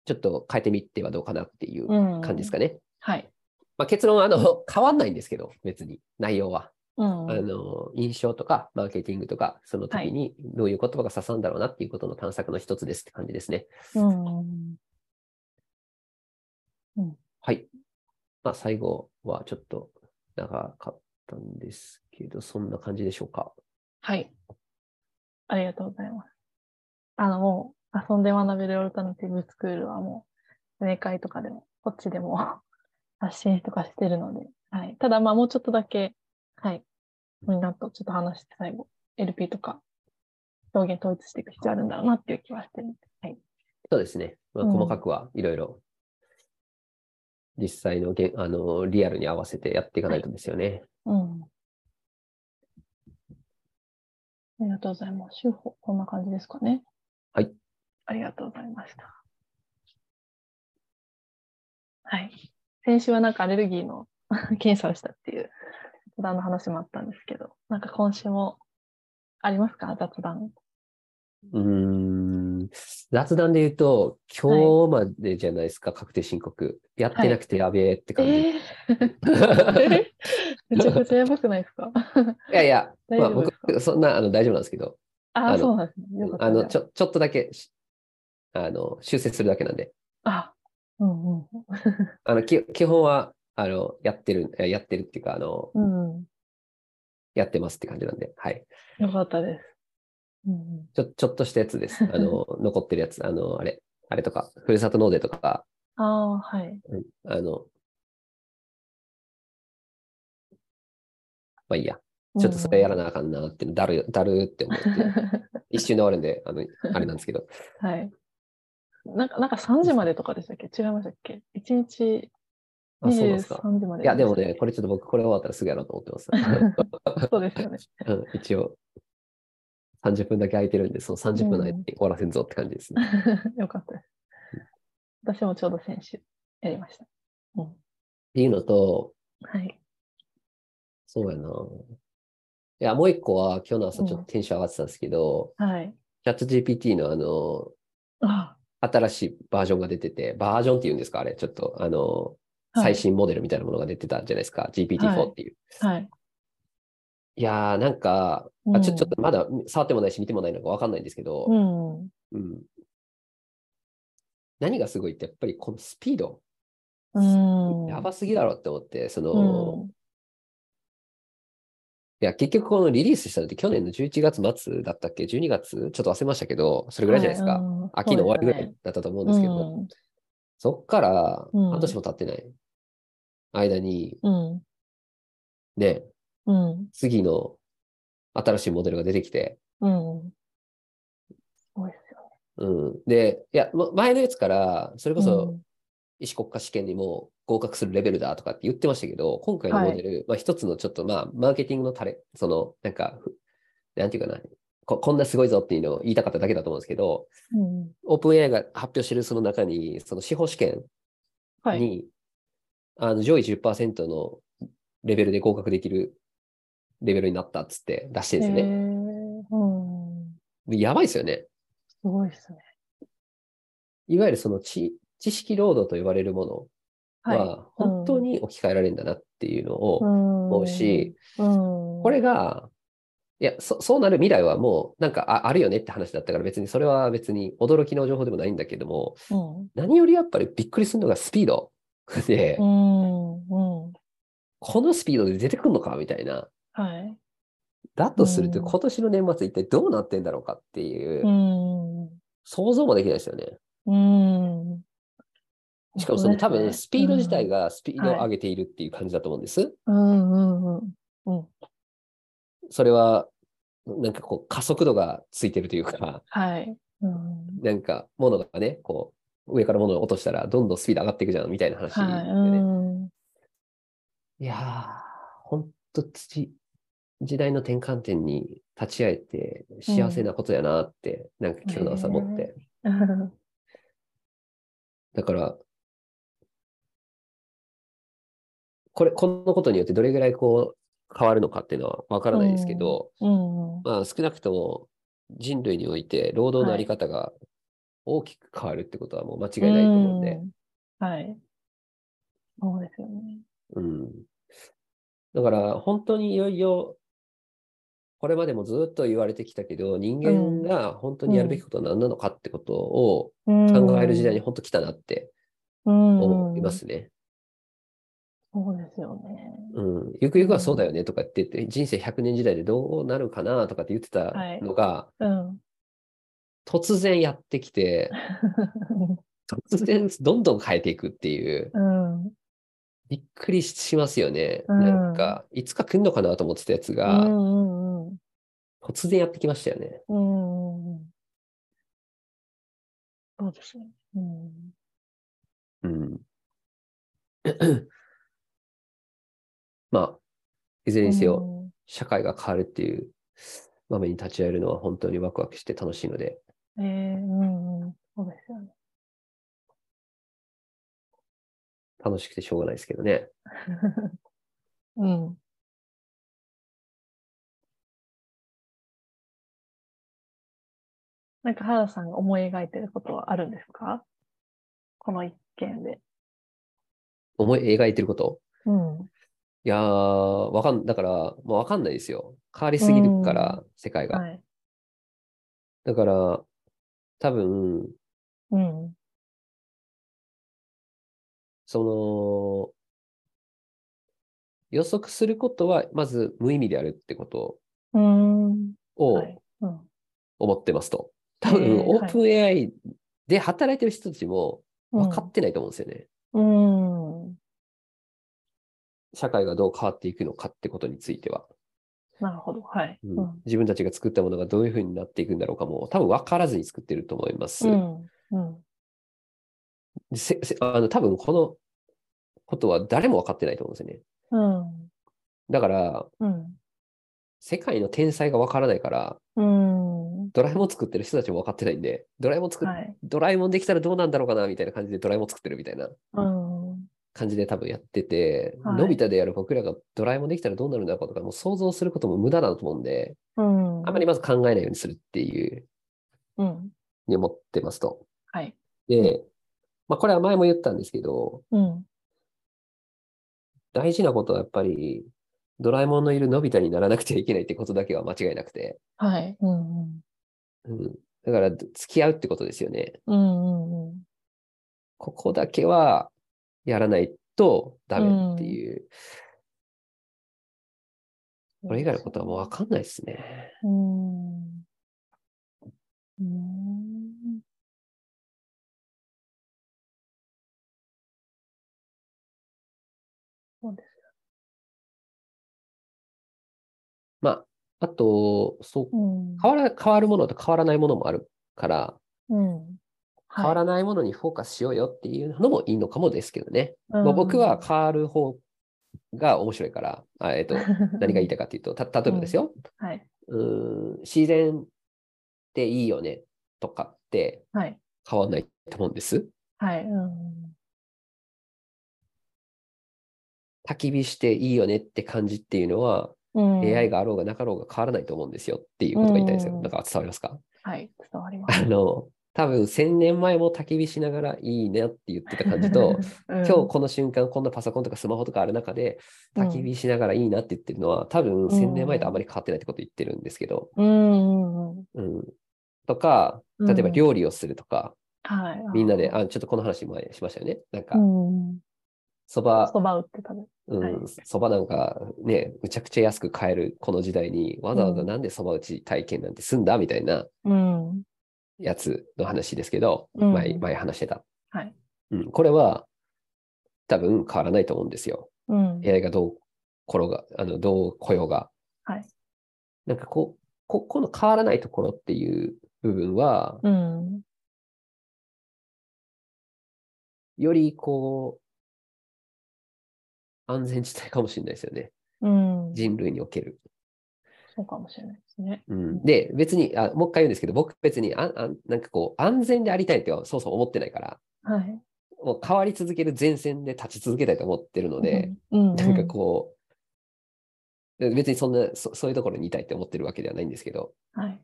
ちょっと変えてみてはどうかなっていううん感じですかね。はい。まあ、結論は、あの、 [LAUGHS] 変わんないんですけど、別に、内容は。うんあの、印象とか、マーケティングとか、その時にどういう言葉が刺さるんだろうなっていうことの探索の一つですって感じですね。うんはい。まあ、最後はちょっと長かったんですけど、そんな感じでしょうか。はい。ありがとうございます。あの、もう、遊んで学べるオルタナティブスクールはもう、正会とかでも、こっちでも [LAUGHS] 発信とかしてるので、はい。ただ、まあ、もうちょっとだけ、はい。みんなとちょっと話して最後、LP とか、表現統一していく必要あるんだろうなっていう気はしてる。そうですね。まあ、うん細かくはいろいろ、実際のげんあのリアルに合わせてやっていかないとですよね。うん。ありがとうございます。修法、こんな感じですかね。はい。ありがとうございました。はい。先週はなんかアレルギーの [LAUGHS] 検査をしたっていう雑談の話もあったんですけど、なんか今週もありますか雑談。うーん。雑談で言うと、今日までじゃないですか、確定申告。やってなくてやべえって感じ。えーめちゃくちゃやばくないですか [LAUGHS] [LAUGHS] いやいや、大まあ丈夫ですか僕、そんなあの大丈夫なんですけど、あああ、のそうなんですね。よかったあのじゃちょちょっとだけしあの修正するだけなんで、あ、うんうん。あのき基本はあのやってる、えやってるっていうかあの、うんうん。やってますって感じなんで、はい。よかったです。うんうんちょ [LAUGHS] ちょっとしたやつです。あの、残ってるやつ。あの、あれ、あれとか、ふるさと納税とか、ああ、はい。うんあの、まあいいや。ちょっとそれやらない。なあかんなって、だる、だるって思って、 [LAUGHS] 一瞬で終わるんで、あの、あれなんですけど。 [LAUGHS] [LAUGHS] はい。なんか、なんか3時までとかでしたっけ違いましたっけ ?1 日あ、そうなんですか。 23時まで。いや、でもね、これちょっと僕、これ終わったらすぐやろうと思って [LAUGHS] ます。れ。そうですよね。 [LAUGHS] うん、一応、30分だけ空いてるんで、その30分の間に終わらせんぞって感じですね。よかったです。私もちょうど先週やりました。うん。っていうのと、はい。そうやな。いや、もう一個は、今日の朝ちょっうとんテンション上がってたんですけど、はい。チャット GPT のあの、あ、新しいバージョンが出てて、バージョンっていうんですかあれ、ちょっと、あの、はい最新モデルみたいなものが出てたじゃないですか。は GPT-4 いっていう。はい。いやー、なんか、うあんちょちょっとまだ触ってもないし見てもないのかわかんないんですけど、うん。うん何がすごいって、やっぱりこのスピード、うん。やばすぎだろって思って、その、うん。いや、結局このリリースしたのって去年の11月末だったっけ ?12 月ちょっと忘れましたけど、それぐらいじゃないですか。はいうん秋の終わりぐらそういだったと思うんですけど、そっからうん半年も経ってない間に、すねね、うん。うん。次の新しいモデルが出てきて、うん。そうですよ。うん。で、いや、ま前のやつから、それこうそん医師国家試験にも合格するレベルだとかって言ってましたけど、今回のはいモデル、まあ一つのちょっとまあ、マーケティングのタレ、その、なんか、ふなんていうかな、ここんなすごいぞっていうのを言いたかっただけだと思うんですけど、うん。オープン AI が発表してるその中に、その司法試験に、はい。あの上位10%のレベルで合格できるレベルになったっつって出してるんですへよね。ーうん。やばいですよね。すごいですね。いわゆるその知知識労働と呼ばれるものはい。は本当に置き換えられるんだなっていうのを思思うし、、うん。これが、いやそ、そうなる未来はもうなんかああるよねって話だったから別にそれは別に驚きの情報でもないんだけども、うん。何よりやっぱりびっくりするのがスピードで、うん。うん。このスピードで出てくるのかみたいな。はい。だとすると、うん今年の年末一体どうなってんだろうかっていうう、ん。想像もできないですよね。うん。しかもその多本当分ですねスピード自体、がスピードをはい上げているっていう感じだと思うんです。うんうんうんうん。それは、なんかこう加速度がついてるというか、はい。うんなんか物がね、こう上から物を落としたらどんどんスピード上がっていくじゃんみたいな話ではい。ね。うん。いやー、ほんと土、時代の転換点に立ち会えて幸せなことやなって、なんか今日の朝思って。だから、これ、このことによってどれぐらいこう変わるのかっていうのはわからないですけど、うん。 [LAUGHS] まあ少なくとも人類において労働のあり方が大きく変わるってことはもう間違いないと思うんで、うん。はい。そうですよね。うん。だから本当にいよいよ、これまでもずっと言われてきたけど、人間が本当にやるべきことは何なのかってことを考考える時代に本当来たなって思思いま。すね。そうですよね。うん、ゆくゆくはそうだよねとかって言って、人生100年時代でどうなるかなとかって言ってたはいのが、うん。突然やって [LAUGHS] きて、突然どんどん変えていくっていう、うん。びっくりしますよね。うんなんか、いつか来るのかなと思ってたやつうが、んうん突然やってきましたよね。うん。うん。そうですよね。うん。うん。 [CLEARS THROAT] まあ、いずれにせよ、社会が変わるっていう場面に立ち会えるのは本当にワクワクして楽しいので、うん。えーうんうん。そうですよね。楽しくてしょうがないですけどね。うん。なんか原さんが思い描いてることはあるんですかこの一件で。思い描いてることうん。いやー、わかん、だから、もうわかんないですよ。変わりすぎるから、世界が。い。だから、多分、うん。その、予測することは、まず無意味であるってことうん。はをい。うん。思ってますと。多へー分、オはいープン AI で働いてる人たちも分かってないと思うんですよね。うん。社会がどう変わっていくのかってことについては。なるほど。はい。うん自分たちが作ったものがどういうふうになっていくんだろうかも、多分分からずに作ってると思います。うん。うん。せせあの多分このことは誰も分かってないと思うんですよね。うん。だから、うん。世界の天才が分からないから、うん。ドラえもん作ってる人たちも分かってないんで、ドラえもん作っ、はい。ドラえもんできたらどうなんだろうかなみたいな感じでドラえもん作ってるみたいなうん。感じで多分やってて、はいのび太でやる僕らがドラえもんできたらどうなるんだろうかとか、もう想像することも無駄だと思うんで、うん。あまりまず考えないようにするっていううん。に思ってますと。はい。で、まあこれは前も言ったんですけど、うん。大事なことはやっぱり、ドラえもんのいるのび太にならなくてはいけないってことだけは間違いなくて。はい。うんうん。うん。だから、付き合うってことですよね。うんうんうん。ここだけはやらないとダメっていう。これ以外のことはもうわかんないですね。うーん。うーんそうですよ。まあ、あと、そう、うん。変わら、変わるものと変わらないものもあるから、うん。変わらないものにフォーカスしようよっていうのもいいのかもですけどね。はいまあ僕は、変わる方が面白いから、[LAUGHS] あえっと、何が言いたいかっていうと、た例えばですよ、うんはい。うーん、自然っていいよねとかってはい。変わらないと思うんです。はい。うん。焚き火していいよねって感じっていうのは、うん、 AI があろうがなかろうが変わらないと思うんですよっていうことが言いたいんですうよ。んなんか伝わりますか [LAUGHS] はい、伝わりまあす。の、多分1000年前も焚き火しながらいいねって言ってた感じと、うん、今日この瞬間こんなパソコンとかスマホとかある中で焚き火しながらいいなって言ってるのは、多分1000年前とあまり変わってないってこと言ってるんですけど、うんうんうん、うん、とか例えば料理をするとか、はい、みんなで、あ、ちょっとこの話前しましたよね。なんかう、ん、そば、そば打って食べる。うはいん、そばなんかね、むちゃくちゃ安く買えるこの時代に、わざわざなんでそば打ち体験なんてすんだみたいなうん、やつの話ですけど、うん前、前話してた。はい。うん、これは、多分変わらないと思うんですよ。うん、 AI がどう転が、あの、どう来ようが。はい。なんかこう、こ、この変わらないところっていう部分は、うん、よりこう、安全地帯かもしれないですよね。うん、人類における。そうかもしれないですね。うん、で、別にあ、もう一回言うんですけど、僕別にああ、なんかこう、安全でありたいってはそうそう思ってないから、はい。もう変わり続ける前線で立ち続けたいと思ってるので、うん、なんかこう、別にそんなそ、そういうところにいたいって思ってるわけではないんですけど、うん、はい。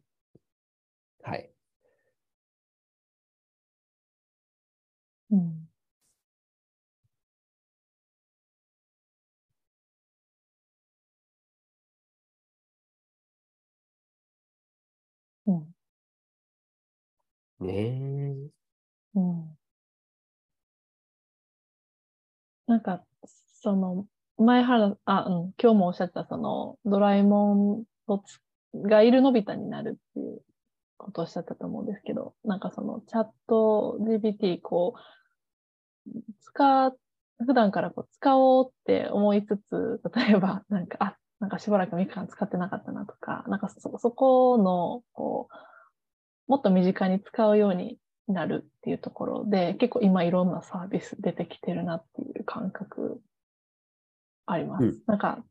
はい。うん、うん、ねえうんなんか、その、前原、あ、うん、今日もおっしゃってた、その、ドラえもんとつがいるのび太になるっていうことをおっしゃったと思うんですけど、なんかその、チャット GPT、こう、使う、普段からこう使おうって思いつつ、例えば、なんか、あ、なんかしばらくみかん使ってなかったなとか、なんかそ、そこの、こう、もっと身近に使うようになるっていうところで、結構今いろんなサービス出てきてるなっていう感覚あります。うんなんか、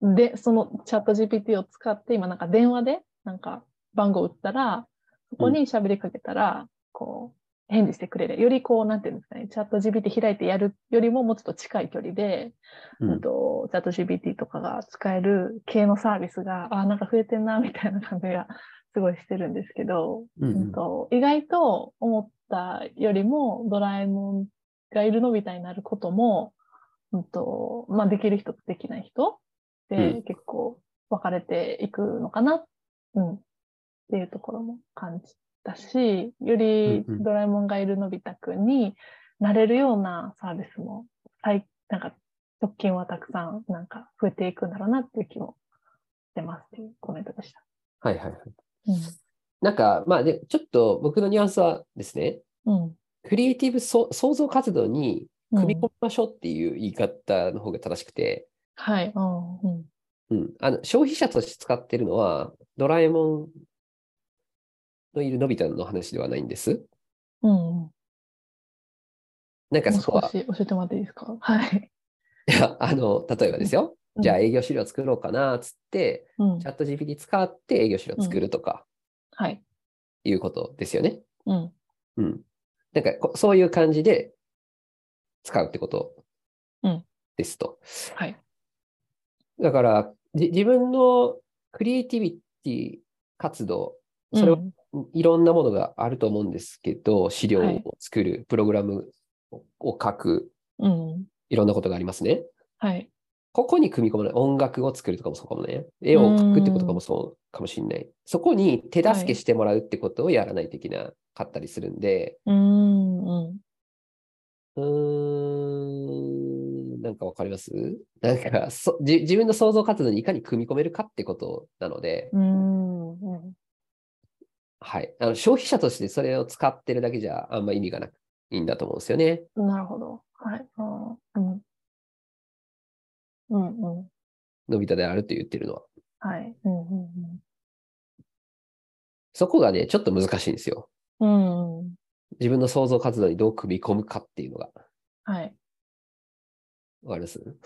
で、そのチャット GPT を使って、今なんか電話で、なんか番号打ったら、そこに喋りかけたら、こう、返事してくれる。よりこう、なんていうんですかね、チャット GPT 開いてやるよりももうちょっと近い距離で、ううんん。と、チャット GPT とかが使える系のサービスが、あ、なんか増えてんな、みたいな感じがすごいしてるんですけど、うんうんうんと意外と思ったよりもドラえもんがいるのみたいになることも、うんとまあ、できる人とできない人うでん結構分かれていくのかな、うん、っていうところも感じたし、よりうんうんドラえもんがいるのび太くんになれるようなサービスも、最なんか直近はたくさんなんか増えていくんだろうなっていう気もしてますっていうコメントでした。はいはいはい。なんか、まあで、ちょっと僕のニュアンスはですね、うん。うん。クリエイティブそ創造活動に組み込うんみましょうっていう言い方の方が正しくて、はい。うん。うんうん、あの消費者として使ってるのは、ドラえもんのいるのび太の話ではないんです。うんうん。なんかもうそこ少は、し教えてもらっていいですかはい。いやあの例えばですよ、うんじゃあ営業資料作ろうかなっつって、うんチャット GPT 使って営業資料作るとかはい。いうことですよね。うん。うん。なんかこそういう感じで使うってことうんですと。はい。だから、じ自分のクリエイティビティ活動、それはうんいろんなものがあると思うんですけど、資料はいを作る、プログラムをを書く、うん。いろんなことがありますね。はい。ここに組み込まない。音楽を作るとかもそうかもね。絵を描くってことかもそうかもしれない。そこに手助けしてもらうってことをやらないといけなかったりするんで、うん、うん。うーん、なんかわかりますなんかそじ、自分の創造活動にいかに組み込めるかってことなので、うん、うん。はい。あの消費者としてそれを使ってるだけじゃあんま意味がなくいいんだと思うんですよね。なるほど。はい。あーうん。うん、うん。のび太であるって言ってるのは。はい。うん、うん、そこがね、ちょっと難しいんですよ。うん。うん、うん。自分の創造活動にどう組み込むかっていうのが。はい。わかりますうん。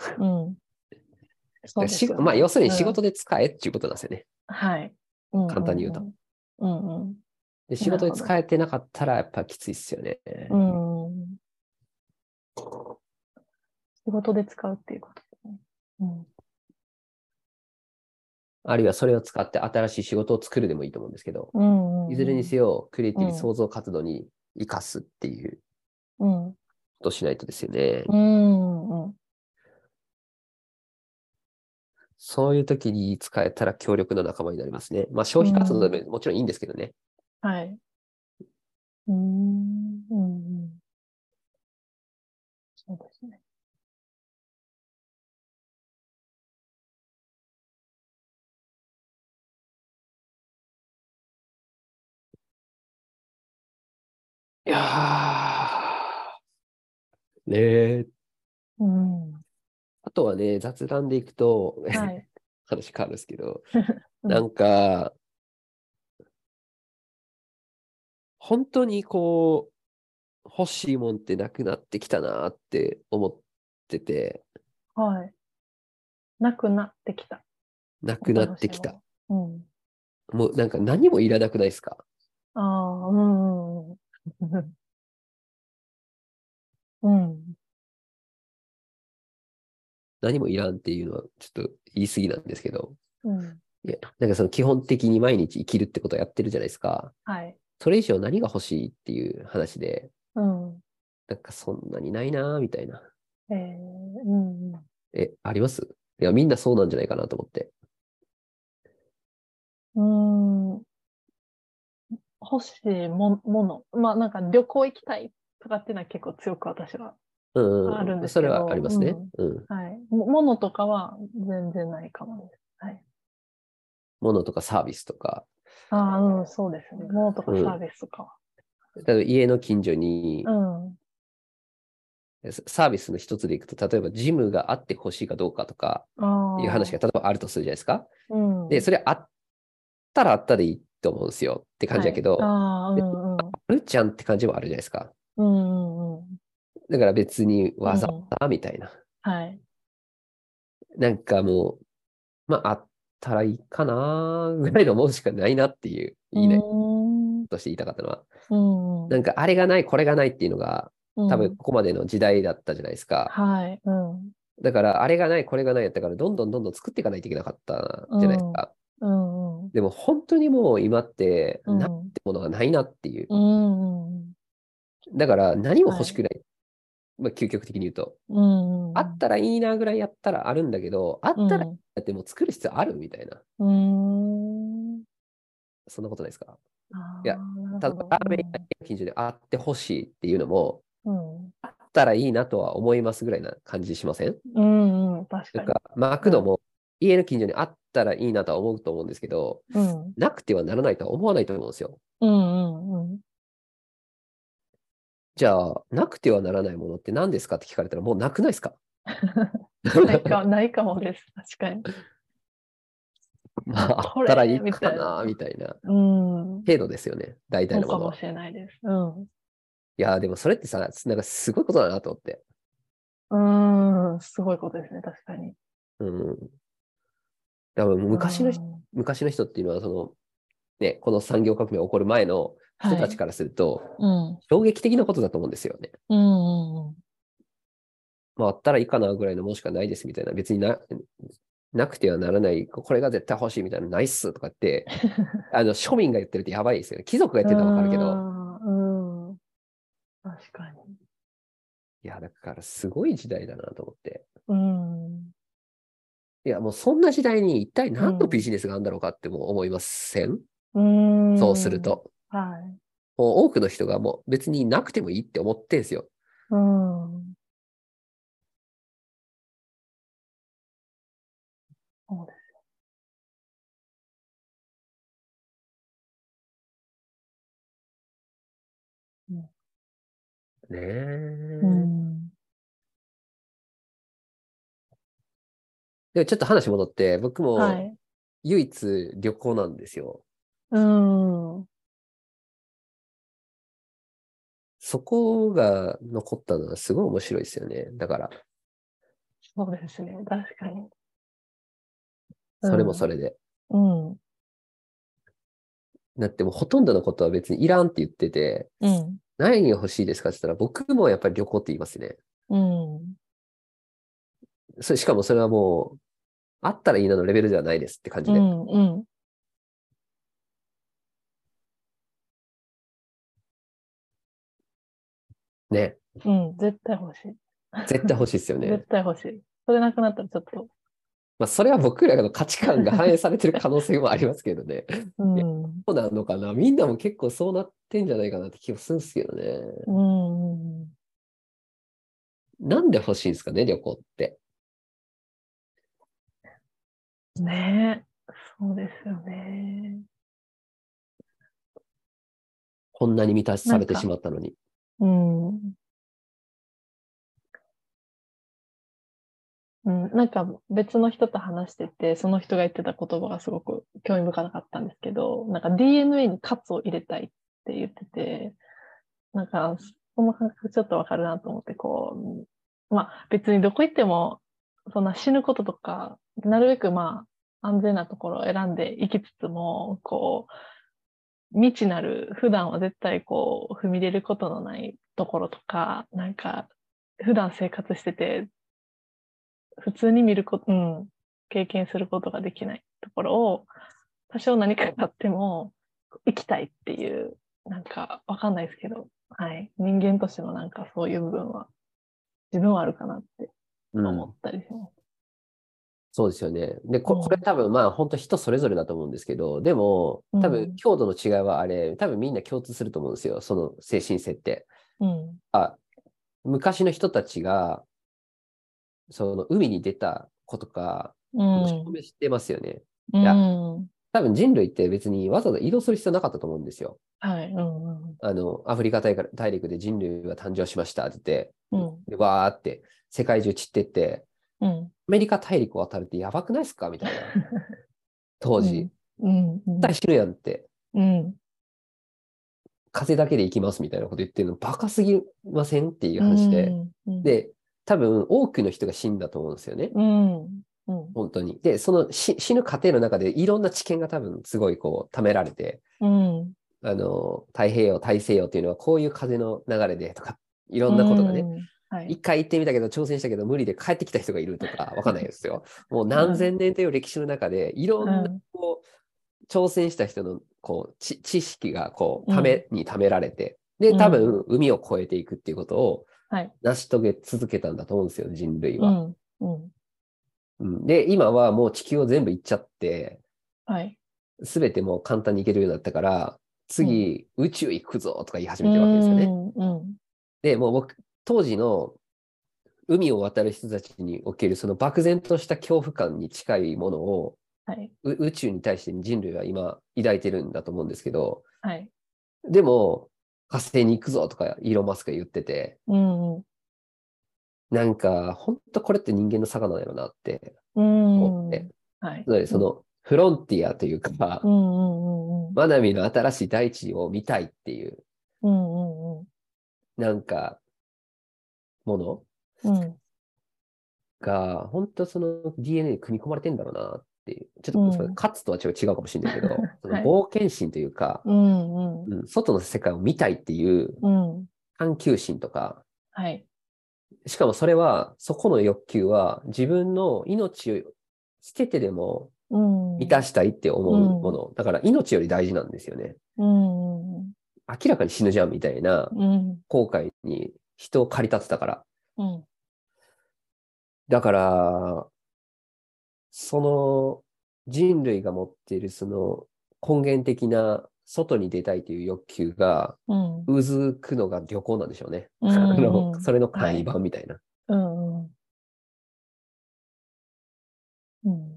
そうですしよねまあ、要するにうん仕事で使えっていうことなんですよね。はい。簡単に言うとうんうんで仕な事るでほど使えてなかったらやっぱきついっすよね。うん。うん。仕事で使うっていうことですね。うん。あるいはそれを使って新しい仕事を作るでもいいと思うんですけど、うんうんうん、いずれにせよ、クリエイティブうん創造活動に生かすっていううん。ことをしないとですよね。うん。うん。そういう時に使えたら強力な仲間になりますね。まあ、消費活動でももちろんいいんですけどね。はい。うーん。うんうん。そうですね。いやーねえ。うん。あとはね、雑談でいくと、はい。話変わるんですけど、 [LAUGHS] うんなんか、本当にこう、欲しいもんってなくなってきたなって思ってて、はい。なくなってきた。なくなってきた。うん。もうなんか何もいらなくないですかああ、うん。うんうん。うん。何もいらんっていうのはちょっと言い過ぎなんですけど、うん。いや、なんかその基本的に毎日生きるってことをやってるじゃないですか。はい。それ以上何が欲しいっていう話で、うん。なんかそんなにないなみたいな。えー、うんうん。え、ありますいや、みんなそうなんじゃないかなと思って。うーん欲しいももの。まあなんか旅行行きたいとかっていうのは結構強く私は。うんうん、あるんですそけれどはありますね。うん。はい。もものとかは全然ないかもです。はい。物とかサービスとか、ああ、うん、そうですね。ものとかサービスとかは。例えば家の近所にう、ん。サービスの一つでいくと、例えばジムがあってほしいかどうかとかああ。いう話が、例えばあるとするじゃないですか。うん。で、それあったらあったでいいと思うんですよって感じだけど、はいああ、うんうん。あるじゃんって感じもあるじゃないですか。うんうんうん。だから別にわざうわんざみたいな。はい。なんかもう、まあ、あったらいいかなぐらいの思うしかないなっていう、いいねう、ーんとして言いたかったのは。うんうん。なんか、あれがない、これがないっていうのが、多う分んここまでの時代だったじゃないですか。はい。うん。だから、あれがない、これがないやったから、どんどんどんどん作っていかないといけなかったじゃないですか。うんうん。でも、本当にもう今って、うんなってものがないなっていう。うんうんだから、何も欲しくない。まあ、究極的に言うと。うんうん。あったらいいなぐらいやったらあるんだけど、あったらうんだってもう作る必要あるみたいな。うーん。そんなことないですかいいやただ、ラーメン屋近所であってほしいっていうのも、うん、あったらいいなとは思いますぐらいな感じしませんうん、うん、確なんかか、マクドも、家の近所にあったらいいなとは思うと思うんですけど、に。うん、なくてはならないとは思わないと思うんですよ。うん、うん、うん。じゃあ、なくてはならないものって何ですかって聞かれたら、もうなくないですかないか、ないかもです。確かに。 [LAUGHS] まあ、こあっれたらいいかみたいなな、みたいなうん。程度ですよね。大そ体うのもかのもは。いしれないです。うん。やー、でもそれってさ、なんかすごいことだなと思って。うん、すごいことですね、確かに。うん。だから昔の人、うん昔の人っていうのは、その、ね、この産業革命が起こる前の人たちからすると、うん、衝撃的なことだと思うんですよね。うん、うん、うん。まあ、あったらいいかなぐらいのものしかないですみたいな、別にななくてはならない、これが絶対欲しいみたいな、ないっすとか [LAUGHS] って、あの庶民が言ってるってやばいですよね。貴族が言ってるのはわかるけど、うん、うん。確かに。いや、だからすごい時代だなと思って。うん。いや、もうそんな時代に一体何うのんビジネスがあるんだろうかっても思いません、うーん。そうする。と。はい。もう多くの人がもう別になくてもいいって思ってんすよ。うん。そうですよ。ねえうん。でもちょっと話戻って、僕はもい。唯一旅行なんですよ。うん。そこが残ったのはすごい面白いですよね。だから、そうですね。確かに。それもそれ。れで。うん。だってもうほとんどのことは別にいらんって言ってて、うん。何が欲しいですかって言ったら、僕もやっぱり旅行って言いますね。うん。それしかもそれはもう、あったらいいなのレベルではないですって感じうで。ん。うん。ね。うん。絶対欲しい。絶対欲しいですよ [LAUGHS] ね絶。対欲しい。それなくなったらちょっと。まあ、それは僕らの価値観が反映されてる可能性もありますけ [LAUGHS] どね。うん。うんそうなのかなみんなも結構そうなってんじゃないかなって気もするんですけどね。うん。うんなんで欲しいんですかね、旅行って。ねえ。そうですよね。こんなに満たされてなんかしまったのに。うん。うん、なんか別の人と話してて、その人が言ってた言葉がすごく興味深かったんですけど、なんか DNA にカツを入れたいって言ってて、なんかその感覚ちょっとわかるなと思って、こううん、まあ別にどこ行っても、そんな死ぬこととか、なるべくまあ安全なところを選んでいきつつも、こう、未知なる普段は絶対こう踏み入れることのないところとかなんか普段生活してて普通に見ること、うん、経験することができないところを多少何かあっても生きたいっていうなんかわかんないですけど、はい、人間としてのなんかそういう部分は自分はあるかなって思ったりします。そうですよね。で、こうんこれ多分まあ本当人それぞれだと思うんですけど、でもうん多分強度の違いはあれ、多分みんな共通すると思うんですよ、その精神性って。うんあ、昔の人たちが、その海に出た子とか、うん証明してますよね。うやん多分人類って別にわざわざ移動する必要なかったと思うんですよ。はいうんうんあの、アフリカ大陸大陸で人類が誕生しましたって言って、うんでわーって世界中散ってって、うんアメリカ大陸を渡るってやばくないですかみたい [LAUGHS] な。当時。絶うんうん対死ぬやんって。うん風だけで行きますみたいなこと言ってるのバカすぎませんっていう話で。うん、で、多分多くの人が死んだと思うんですよね。うん、うん、本当に。で、そのし死ぬ過程の中でいろんな知見が多分すごいこう貯められて、うん、あの、太平洋、大西洋っていうのはこういう風の流れでとか、いろんなことがね、うん。はい。一回行ってみたけど、挑戦したけど無理で帰ってきた人がいるとか、わかんないです [LAUGHS] よ。もう何千年という歴史の中で、いろんうなんこう、挑戦した人のこう知知識がこう、うんためにためられて、うで、ん多分海を越えていくっていうことをはい成し遂げ続けたんだと思うんですよ、人類うは。ん、うん。うんで、今はもう地球を全部行っちゃって、はい。すべてもう簡単に行けるようになったから、次、宇宙行くぞとか言い始めてるわけですよね。うん、で、もう僕、当時の海を渡る人たちにおけるその漠然とした恐怖感に近いものをはい。う宇宙に対して人類は今抱いてるんだと思うんですけど、はい。でも火星に行くぞとかイーロン・マスクが言ってて、うん、うん。なんか本当これって人間の差がないよなってうん思って、。はい。つまりそのフロンティアというかう、ん、うん、うん、うん。マナミの新しい大地を見たいっていう、うん、うん、なんか、ものうん。が、本当その DNA に組み込まれてんだろうなっていう、ちょっと、うん勝つとは違う違うかもしれないけど、そ [LAUGHS] のはい冒険心というか、うん、うん。うん外の世界を見たいっていううん。探求心とか、はい。しかもそれは、そこの欲求は自分の命を捨ててでもうん。満たしたいって思ううんもの、だから命より大事なんですよね。うん、うん。明らかに死ぬじゃんみたいなうん、後悔に人を駆り立てたから。うん。だから、その人類が持っているその根源的な外に出たいという欲求がうん。うずくのが旅行なんでしょうね。うん [LAUGHS] あうんうのんそれの簡易版みたいな。うんうん。うん。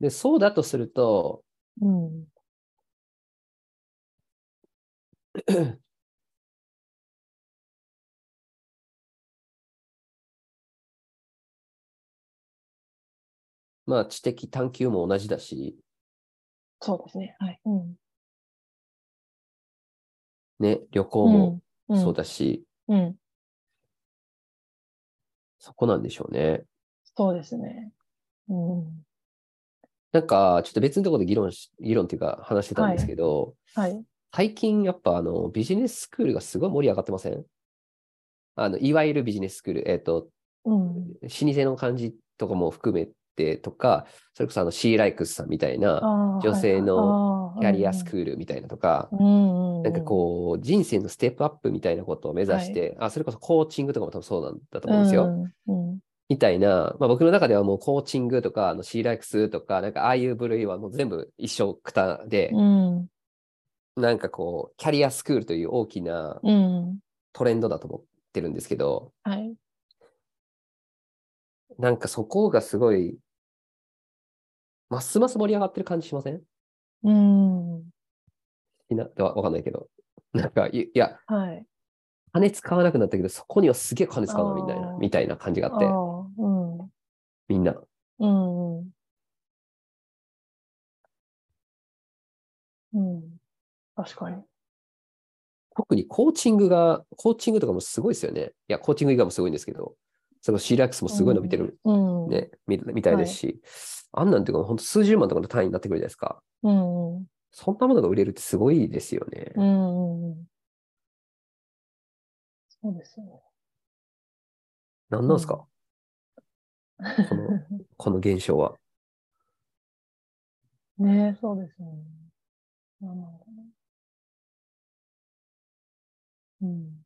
で、そうだとすると、うん。まあ知的探求も同じだし、そうですね。はい。うん。ね、旅行もんそうだし、うん。そこなんでしょうね。そうですね。うん。なんか、ちょっと別のところで議論し、議論っていうか話してたんですけど、はい。最近やっぱあのビジネススクールがすごい盛り上がってませんあの、いわゆるビジネススクール、えっ、と、うん。老舗の感じとかも含めてとか、それこそあのシーライクスさんみたいな女女性のキャリアスークールみたいなとか、ル。うんうん。なんかこう人生のステップアップみたいなことを目指して、あ、それこそコーチングとかも多分そうなんだと思うんですよ。うん。うん。みたいな、まあ、僕の中ではもうコーチングとか、あのシーライクスとか、なんかああいう部類はもう全部一緒くたで、うん。なんかこう、キャリアスクールという大きなうん。トレンドだと思ってるんですけど、はい。なんかそこがすごい、ますます盛り上がってる感じしませんうん。はみんな、わわかんないけど。なんか、いいや、い。金使わなくなったけど、そこにはすげえ金使うのみたいな、あーみたいな感じがああって、ーうん。みんな。うんうん。うん。確かに。特にコーチングが、コーチングとかもすごいですよね。いや、コーチング以外もすごいんですけど、そのシーライクスもすごい伸びてるうん。。ね、みみたいですし、あんなんていうか、本当数十万とかの単位になってくるじゃないですか。うんうん。そんなものが売れるってすごいですよね。うんうんうん。そうですよね。何なんですか、この [LAUGHS] この現象は。ねえ、そうですよね。なんなんだろううん。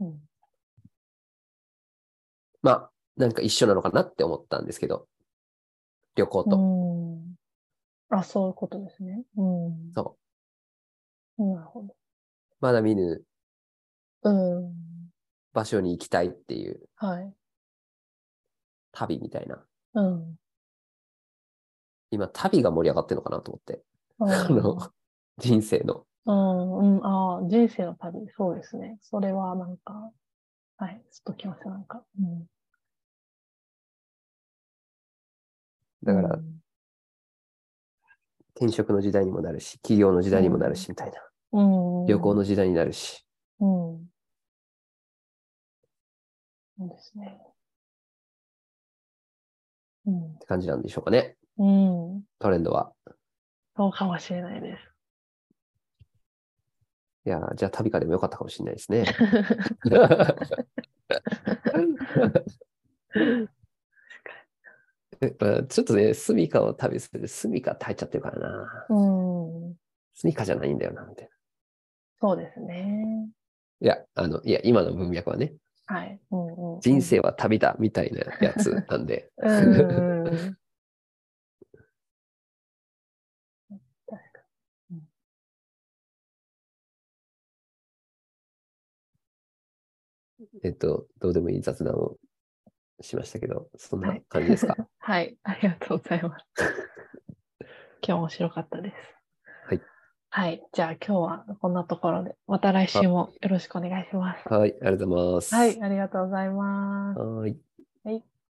うん。まあ、なんか一緒なのかなって思ったんですけど、旅行と。うん。あ、そういうことですね。うん。。そうなるほど。まだ見ぬうん。場所に行きたいっていうはい。旅みたいな。うん。今、旅が盛り上がってるのかなと思って。ああの、人生の。うん、うん、ああ、人生の旅、そうですね。それはなんか、はい、ちょっときますなんか。うん、だからう、ん転職の時代にもなるし、企業の時代にもなるし、みたいな。うん、旅行の時代になるし。うん。そうですね。うんっ、て感じなんでしょうかね。うん、トレンドは。そうかもしれないです。いやー、じゃあ旅からでもよかったかもしれないです [LAUGHS] ね。 [LAUGHS] えまあちょっとね、スミカを旅すると、スミカって入っちゃってるからな。うん、スミカじゃないんだよな、みたいそうですね。な。いや、あの、いや、今の文脈はね、はい。うんうん、人生は旅だ、みたいなやつなん [LAUGHS] で、うんうんうん。えっと、どうでもいい雑談をしましたけど、そんはない感じ [LAUGHS] ですか。 [LAUGHS] はい、ありがとうござい [LAUGHS] ます。今日面白かったです。はい。はい、じゃあ今日はこんなところで、また来週もよろしくお願いします。はい、ありがとうございます。はい、ありがとうございます。はーい。はい。